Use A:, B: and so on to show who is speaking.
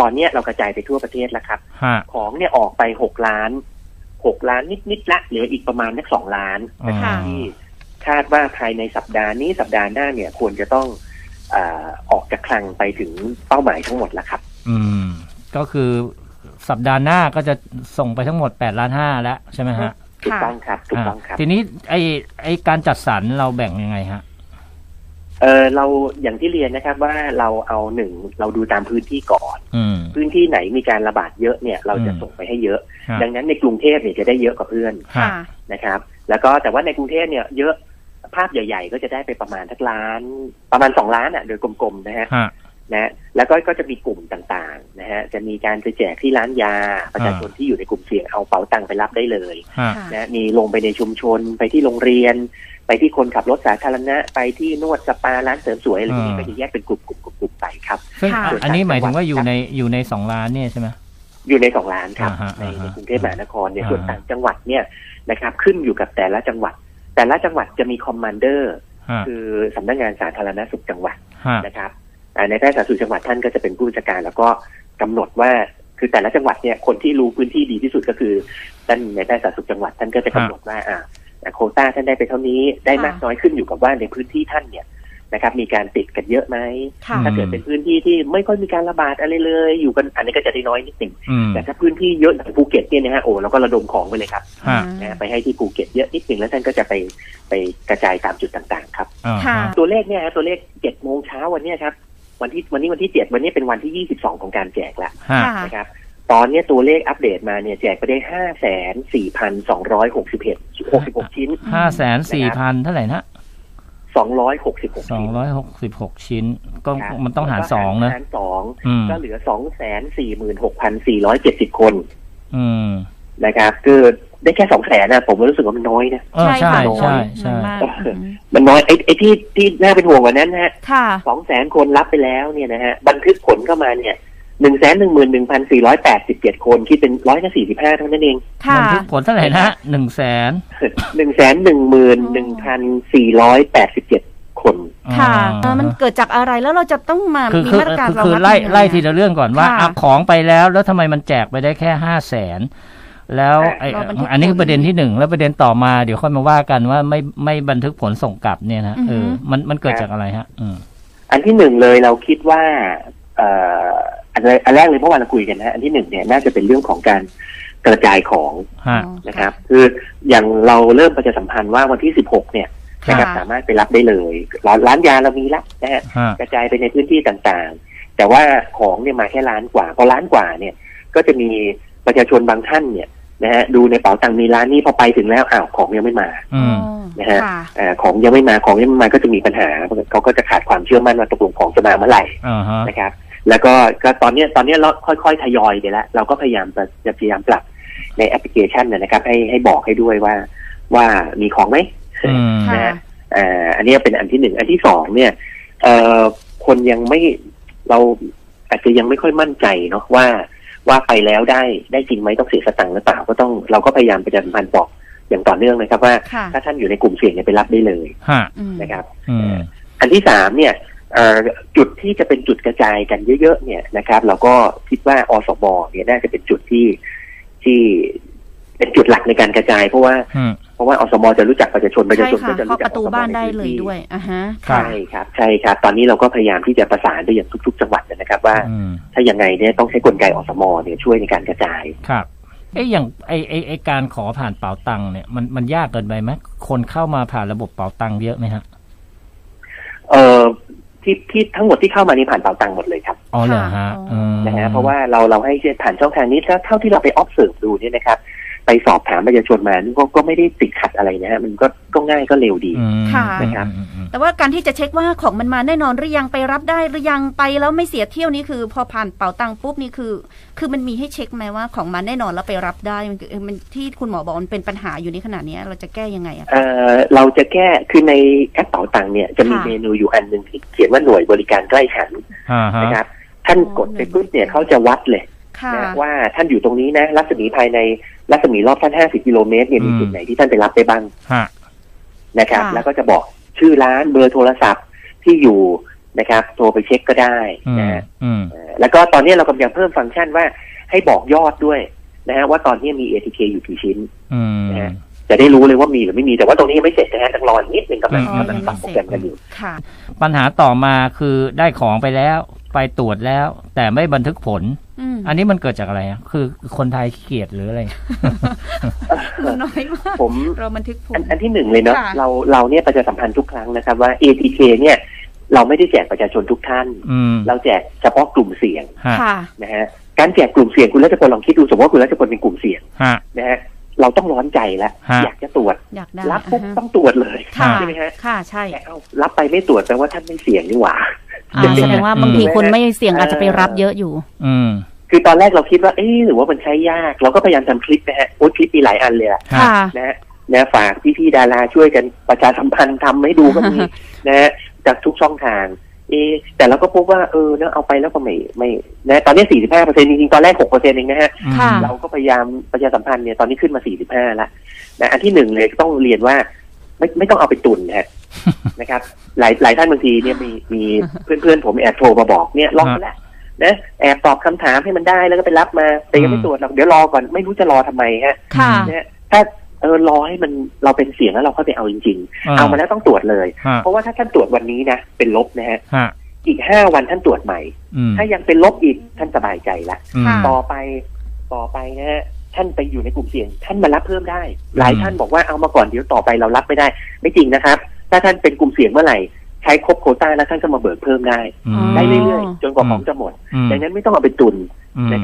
A: ตอนเนี้ยเรากระจายไปทั่วประเทศแล้วครับ
B: ฮะ
A: ของเนี่ยออกไปหกล้านหกล้านนิดๆละเหลืออีกประมาณนักสองล้าน
B: อ่า
C: ค่ะ
A: ที่คาดว่าภายในสัปดาห์นี้สัปดาห์หน้าเนี่ยควรจะต้องอาออกจากคลังไปถึงเป้าหมายทั้งหมดแล้วครับ
B: อืม ก็คือสัปดาห์หน้าก็จะส่งไปทั้งหมด8ล้านห้าแล้วใช่ไหมฮะ
A: ถูก
C: ค่ะ
A: ต้องครับถูกต้องครับ
B: ทีนี้ไอไอการจัดสรรเราแบ่งยังไงฮะ
A: เออเราอย่างที่เรียนนะครับว่าเราเอาหนึ่งเราดูตามพื้นที่ก่อน
B: อืม
A: พื้นที่ไหนมีการระบาดเยอะเนี่ยเราจะ
B: อืม
A: ส่งไปให้เยอะ
B: ฮะ
A: ดังนั้นในกรุงเทพเนี่ยจะได้เยอะกว่าเพื่อน
B: ฮะ
C: ค่ะ
A: นะครับ แล้วก็แต่ว่าในกรุงเทพเนี่ยเยอะภาพใหญ่ๆ ก็จะได้ไปประมาณทักล้าน ประมาณสองล้านอ่ะโดยกลมๆนะฮะ
B: ฮะ
A: นะฮะแล้วก็ก็จะมีกลุ่มต่างๆนะฮะจะมีการไปแจกที่ร้านยา ประชาชนที่อยู่ในกลุ่มเสี่ยงเอาเป๋าตังค์ไปรับได้เลย
B: ฮะ
C: ค่ะ
A: นะมีลงไปในชุมชน ไปที่โรงเรียน ไปที่คนขับรถสาธารณะ ไปที่นวดสปาร้านเสริมสวยอะไรพวกนี้
B: อ่า
A: ก็จะแยกเป็นกลุ่มๆๆๆไปครับ
B: ซึ่ง
C: ค่ะ
B: อันอันนี้หมายถึงว่าอยู่ในอยู่ในสองล้านเนี่ยใช่ไหม
A: อยู่ในสองร้านครับ
B: อ่าฮะ
A: ใน
B: อ่าฮะ
A: ในกรุงเทพมหานครเนี่ย
B: อ่าฮะ
A: ส่วนต่างจังหวัดเนี่ยนะครับขึ้นอยู่กับแต่ละจังหวัด แต่ละจังหวัดจะมีคอมมานเดอร์
B: ฮะ
A: คือสำนักงานสาธารณสุขจังหวัด
B: ฮะ
A: นะครับอ่าในแพทย์สาธารณสุขจังหวัดท่านก็จะเป็นผู้บัญชาการ แล้วก็กำหนดว่าคือแต่ละจังหวัดเนี่ยคนที่รู้พื้นที่ดีที่สุดก็คือท่านในแพทย์สาธารณสุขจังหวัดท่านก็จะกำหนดว่าอ่าโควต้าท่านได้ไปเท่านี้ได้มาก
C: ค่ะ
A: น้อยขึ้นอยู่กับว่าในพื้นที่ท่านเนี่ยนะครับมีการติดกันเยอะไหม
C: ค่ะ
B: อื
A: ถ้าม เกิดเป็นพื้นที่ที่ไม่ค่อยมีการระบาดอะไรเลย อยู่กันอันนี้ก็จะได้น้อยนิดหนึ่ง
B: อืม
A: แต่ถ้าพื้นที่เยอะอย่างภูเก็ตเนี่ยนะฮะโอ้เราก็ระดมของไปเลยครับ
B: ฮะ
A: นะฮะไปให้ที่ภูเก็ตเยอะนิดหนึ่งแล้วท่านก็จะไปไปกระจายตามจุดต่างๆครับ
B: อ่า
C: ค่ะ
B: ฮะ
A: ตัวเลขเนี่ยฮะตัวเลขเจ็ดโมงเช้าวันเนี้ยครับ วันที่วันนี้วันที่เจ็ดวันนี้เป็นวันที่ยี่สิบสองของการแจกแล้ว
B: ฮะ
C: ค่ะ
A: นะครับ ตอนเนี้ยตัวเลขอัปเดตมาเนี่ยแจกไปได้ห้าแสนสี่พันสองร้อยหกสิบเอ็ดหกสิบหกชิ้น
B: ห้าแสนสี่พันเท่าไหร่นะ
A: สองร้อยหกสิบหก
B: สอง
A: ชิ้น
B: ร้อยหกสิบหกชิ้น ก็
A: ครับ
B: มันต้องหารสองนะ
A: หารสอง
B: อืม
A: ก็เหลือสองแสนสี่หมื่นหกพันสี่ร้อยเจ็ดสิบคน
B: อืม
A: นะครับคือได้แค่สองแสนนะผมรู้สึกว่ามันน้อยนะ
B: เออใช่
C: ค่ะ
B: ใช่
C: น้อ
B: ใช่
C: ยมาก
A: ใช่
C: อืม
A: มันน้อยไอ้ไอ้ที่ที่น่าเป็นห่วงกว่านั้นนะฮะ
C: ค่ะ
A: สองแสนคนรับไปแล้วเนี่ยนะฮะบันทึกผลเข้ามาเนี่ยหนึ่งแสนหนึ่งหมื่นหนึ่งพันสี่ร้อยแปดสิบเจ็ดคนคิดเป็นร้อยละสี่สิบห้าเท่านั้นเอง
C: ค่ะ
B: มันทึกผลเท่าไหร่นะหนึ่งแสน
A: หนึ่งแสนหนึ่งหมื่นหนึ่งพันสี่ร้อยแปดสิบเจ็ดคน
C: ค่ะเออมันเกิดจากอะไรแล้วเราจะต้องมา
B: คือ
C: มี
B: คือ
C: มาตรการ
B: คือ
C: รอง
B: คือ
C: รับ
B: ไล่
C: ยังง
B: ไล่ที
C: อะ
B: ละเรื่องก่อนว่า
C: ค่ะ
B: อ่ะของไปแล้วแล้วทำไมมันแจกไปได้แค่ห้าแสนแล้วไอ
C: รอบันทึก
B: อันนี้คือ
C: ผล
B: ประเด็นที่หนึ่งแล้วประเด็นต่อมาเดี๋ยวค่อยมาว่ากันว่าไม่ไม่บันทึกผลส่งกลับเนี่ยนะ
C: อือฮึ
B: เออมันมันเกิดจากอะไรฮะ อืม
A: อันที่หนึ่งเลยเราคิดว่าเอ่ออันแรกอันแรกเลยเมื่อวานเราคุยกันนะฮะอันที่หนึ่งเนี่ยน่าจะเป็นเรื่องของการกระจายของ
B: ฮะ
C: อ๋อ
A: นะครับคืออย่างเราเริ่มประชาสัมพันธ์ว่าวันที่สิบหกเนี่ยนะครับ
C: ค่ะ
A: สามารถไปรับได้เลยร้านร้านยาเรามีรับนะฮะ
B: ฮะ
A: กระจายไปในพื้นที่ต่างๆ แต่ว่าของเนี่ยมาแค่ล้านกว่า พอล้านกว่าเนี่ย ก็จะมีประชาชนบางท่านเนี่ยนะฮะดูในเป๋าตังค์มีร้านนี้พอไปถึงแล้วอ้าวของยังไม่มา
B: อืม
A: นะฮะ
C: ค่ะ
A: เออของยังไม่มาของยังไม่มาก็จะมีปัญหาเขาก็จะขาดความเชื่อมั่นว่าตกลงของจะมาเมื่อไหร่
B: อ่าฮะ
A: นะครับ แล้วก็ก็ตอนเนี้ยตอนเนี้ยเราค่อยๆทยอยไปแล้วเราก็พยายามจะจะพยายามปรับในแอปพลิเคชันเนยนะครับ ให้ให้บอกให้ด้วยว่าว่ามีของไหม
B: อืม
C: ค่ะ
A: เอ่ออันนี้เป็นอันที่หนึ่งอันที่สองเนี่ยเอ่อคนยังไม่เราอาจจะยังไม่ค่อยมั่นใจเนาะว่าว่าไปแล้วได้ได้จริงไหมต้องเสียสตังค์หรือเปล่าก็ต้องเราก็พยายามประชาสัมพันธ์บอกอย่างต่อเนื่องนะครับว่า
C: ค่ะ
A: ถ้าท่านอยู่ในกลุ่มเสี่ยงเนี่ยไปรับได้เลย
B: ฮะ
C: อืม
A: นะครับ
B: อืม
A: อันที่สามเนี่ยเอ่อจุดที่จะเป็นจุดกระจายกันเยอะๆเนี่ยนะครับเราก็คิดว่าอสมเนี่ยน่าจะเป็นจุดที่ที่เป็นจุดหลักในการกระจาย เพราะว่า
B: อืม
A: เพราะว่าอสมจะรู้จักประชาชนประชา
C: ใช่
A: ชนก็
C: ค่ะ
A: จะ
C: เคาะ
A: รู้จัก
C: ประตู
A: อสม
C: บ้าน
A: ใ
C: ได้เลย
A: พื้ที่
C: ด้วยอ่ะฮะ
B: ค่ะ
A: ใช่ครับใช่ครับ ตอนนี้เราก็พยายามที่จะประสานไปอย่างทุก ๆ จังหวัดนะครับ ว่า
B: อืม
A: ถ้ายังไงเนี่ยต้องใช้กลไกอสมเนี่ยช่วยในการกระจาย
B: ครับ เอ้ยอย่างไอไอไอการขอผ่านเป๋าตังค์เนี่ยมันมันยากเกินไปไหมคนเข้ามาผ่านระบบเป๋าตังค์เยอะไหมฮะ
A: เอ่อที่ที่ทั้งหมดที่เข้ามานี่ผ่านเป่าตังหมดเลยครับ
B: อ๋อเหรอฮะ
C: ค่ะ
B: อืม
A: นะฮะเพราะว่าเราเราให้ผ่านช่องทางนี้แล้วเท่าที่เราไป observe ดูเนี่ยนะครับ ไปสอบถามประชาชนมานี่ก็ก็ไม่ได้ติดขัดอะไรนะฮะมันก็ก็ง่ายก็เร็วดี
B: อืม
C: ค่ะ
A: นะครับ
B: อืมอืม
C: แต่ว่าการที่จะเช็คว่าของมันมาแน่นอนหรือยังไปรับได้หรือยังไปแล้วไม่เสียเที่ยวนี่คือ พอผ่านเป๋าตังค์ปุ๊บนี่คือ คือมันมีให้เช็คไหมว่าของมาแน่นอนแล้วไปรับได้มันคือเออมันที่คุณหมอบอกมันเป็นปัญหาอยู่ในขณะเนี้ยเราจะแก้ยังไงอะ
A: เอ่อเราจะแก้คือในแอปเป่าตังเนี่ยจะมี
C: ค่ะ
A: เมนูอยู่อันหนึ่งที่เขียนว่าหน่วยบริการใกล้ฉัน
B: อ่าฮะ
A: นะครับ ท่าน
C: อ๋อ
A: กดไปปุ๊บเนี่ยเขาจะวัดเลย
C: ค่ะ
A: นะว่าท่านอยู่ตรงนี้นะ รัศมีภายในรัศมีรอบท่าน 50 กิโลเมตรเนี่ยมีจุดไหนที่ท่านไปรับได้บ้าง
B: ฮะ
A: นะครับ
C: ค่ะ
A: แล้วก็จะบอกชื่อร้านเบอร์โทรศัพท์ที่อยู่ นะครับโทรไปเช็คก็ได้
B: อื
A: นะ
B: ม
A: ฮะ
B: อืม
A: เอ่อแล้วก็ตอนนี้เรากำลังเพิ่มฟังก์ชันว่าให้บอกยอดด้วยนะฮะว่าตอนนี้มี ATK อยู่กี่ชิ้น
B: อืม
A: จะได้รู้เลยว่ามีหรือไม่มีแต่ว่าตรงนี้ยังไม่เสร็จนะฮะต้องรออีกนิดหนึ่งกำลัง
B: อืม
A: กำลังปรับโปรแกรมกันอยู่
C: ค่ะ
B: ปัญหาต่อมาคือได้ของไปแล้ว ไปตรวจแล้ว แต่ไม่บันทึกผล
C: อืม
B: อันนี้มันเกิดจากอะไรอะคือคนไทยขี้เกียจหรืออะไร
C: น้อยมาก
A: ผม
C: เราบันทึกผ
A: อั
C: ล
A: นอันที่หนึ่งเลยเนาะ
C: ค่ะ
A: เราเราเนี่ยประชาสัมพันธ์ทุกครั้งนะครับว่า ATK เนี่ย เราไม่ได้แจกประชาชนทุกท่าน
B: อืม
A: เราแจกเฉพาะกลุ่มเสี่ยง
B: ฮะ
C: ค่ะ
A: นะฮะการแจกกลุ่มเสี่ยงคุณรัชพลลองคิดดูสมมติว่าคุณรัชพลเป็นกลุ่มเสี่ยง
B: ฮะ
A: นะฮะเราต้องร้อนใจแล้ว
B: ฮะ
A: อยากจะตรวจ
C: อยากได้
A: รับปุ๊บ
C: อ่าฮะ
A: ต้องตรวจเลย
C: ค่ะ
A: ใช่ไหมฮะ
C: ค่ะใช่
A: แต่เอารับไปไม่ตรวจแปลว่าท่านไม่เสี่ยงนี่หว่า
C: อ่า
B: อืม
C: แสดงว่าบางทีคนไม่เสี่ยง
A: เอออ
C: อาจจะไปรับเยอะอยู่
B: อืม
A: คือตอนแรกเราคิดว่าเอ๊ะหรือว่ามันใช้ยาก เราก็พยายามทำคลิปนะฮะโอ้ยคลิปมีหลายอันเลยอะ
B: ฮะ
C: ค่ะ
A: นะฮะนะฝากพี่ๆดาราช่วยกันประชาสัมพันธ์ทำให้ดูก็มี นะฮะจากทุกช่องทาง เอะแต่เราก็พบว่าเออเนอะเอาไปแล้วก็ไม่ไม่นะตอนนี้ 45%เปอร์เซ็นจริงๆ ตอนแรก 6%เปอร์เซ็นเองนะฮะ
C: ค่ะ
A: เราก็พยายามประชาสัมพันธ์เนี่ยตอนนี้ขึ้นมา 45 ละนะอันที่หนึ่งเลยต้องเรียนว่า ไม่ไม่ต้องเอาไปตุน นะฮะ นะครับ หลายหลายท่านบางทีเนี่ยมีมีเพื่อนเพื่อนๆผมแอบโทรมาบอกเนี่ยลองแล้วนะแอบตอบคำถามให้มันได้แล้วก็ไปรับมาแต่ยังไม่
B: อืม
A: ตรวจหรอกเดี๋ยวรอก่อนไม่รู้จะรอทำไมฮะ
C: ค่ะ
A: เนี่ยถ้าเออรอให้มันเราเป็นเสียงแล้วเราค่อยไปเอาจริงๆ เอามาแล้วต้องตรวจเลย
B: ฮะ
A: เพราะว่าถ้าท่านตรวจวันนี้นะเป็นลบนะฮะ
B: ฮะ
A: อีกห้าวันท่านตรวจใหม่
B: อืม
A: ถ้ายังเป็นลบอีกท่านสบายใจละ
B: อืม
C: ค่ะ
A: ต่อไปต่อไปนะฮะท่านไปอยู่ในกลุ่มเสี่ยง ท่านมารับเพิ่มได้ หลาย
B: อืม
A: ท่านบอกว่าเอามาก่อนเดี๋ยวต่อไปเรารับไม่ได้ ไม่จริงนะครับ ถ้าท่านเป็นกลุ่มเสี่ยงเมื่อไหร่ใช้ครบโควต้าแล้วท่านก็มาเบิกเพิ่มได้
B: อืม
C: อ๋อ
A: ได้เรื่อยๆจนกว่าของจะหมด
B: อืม
A: ดังนั้นไม่ต้องเอาไปตุน
B: อืม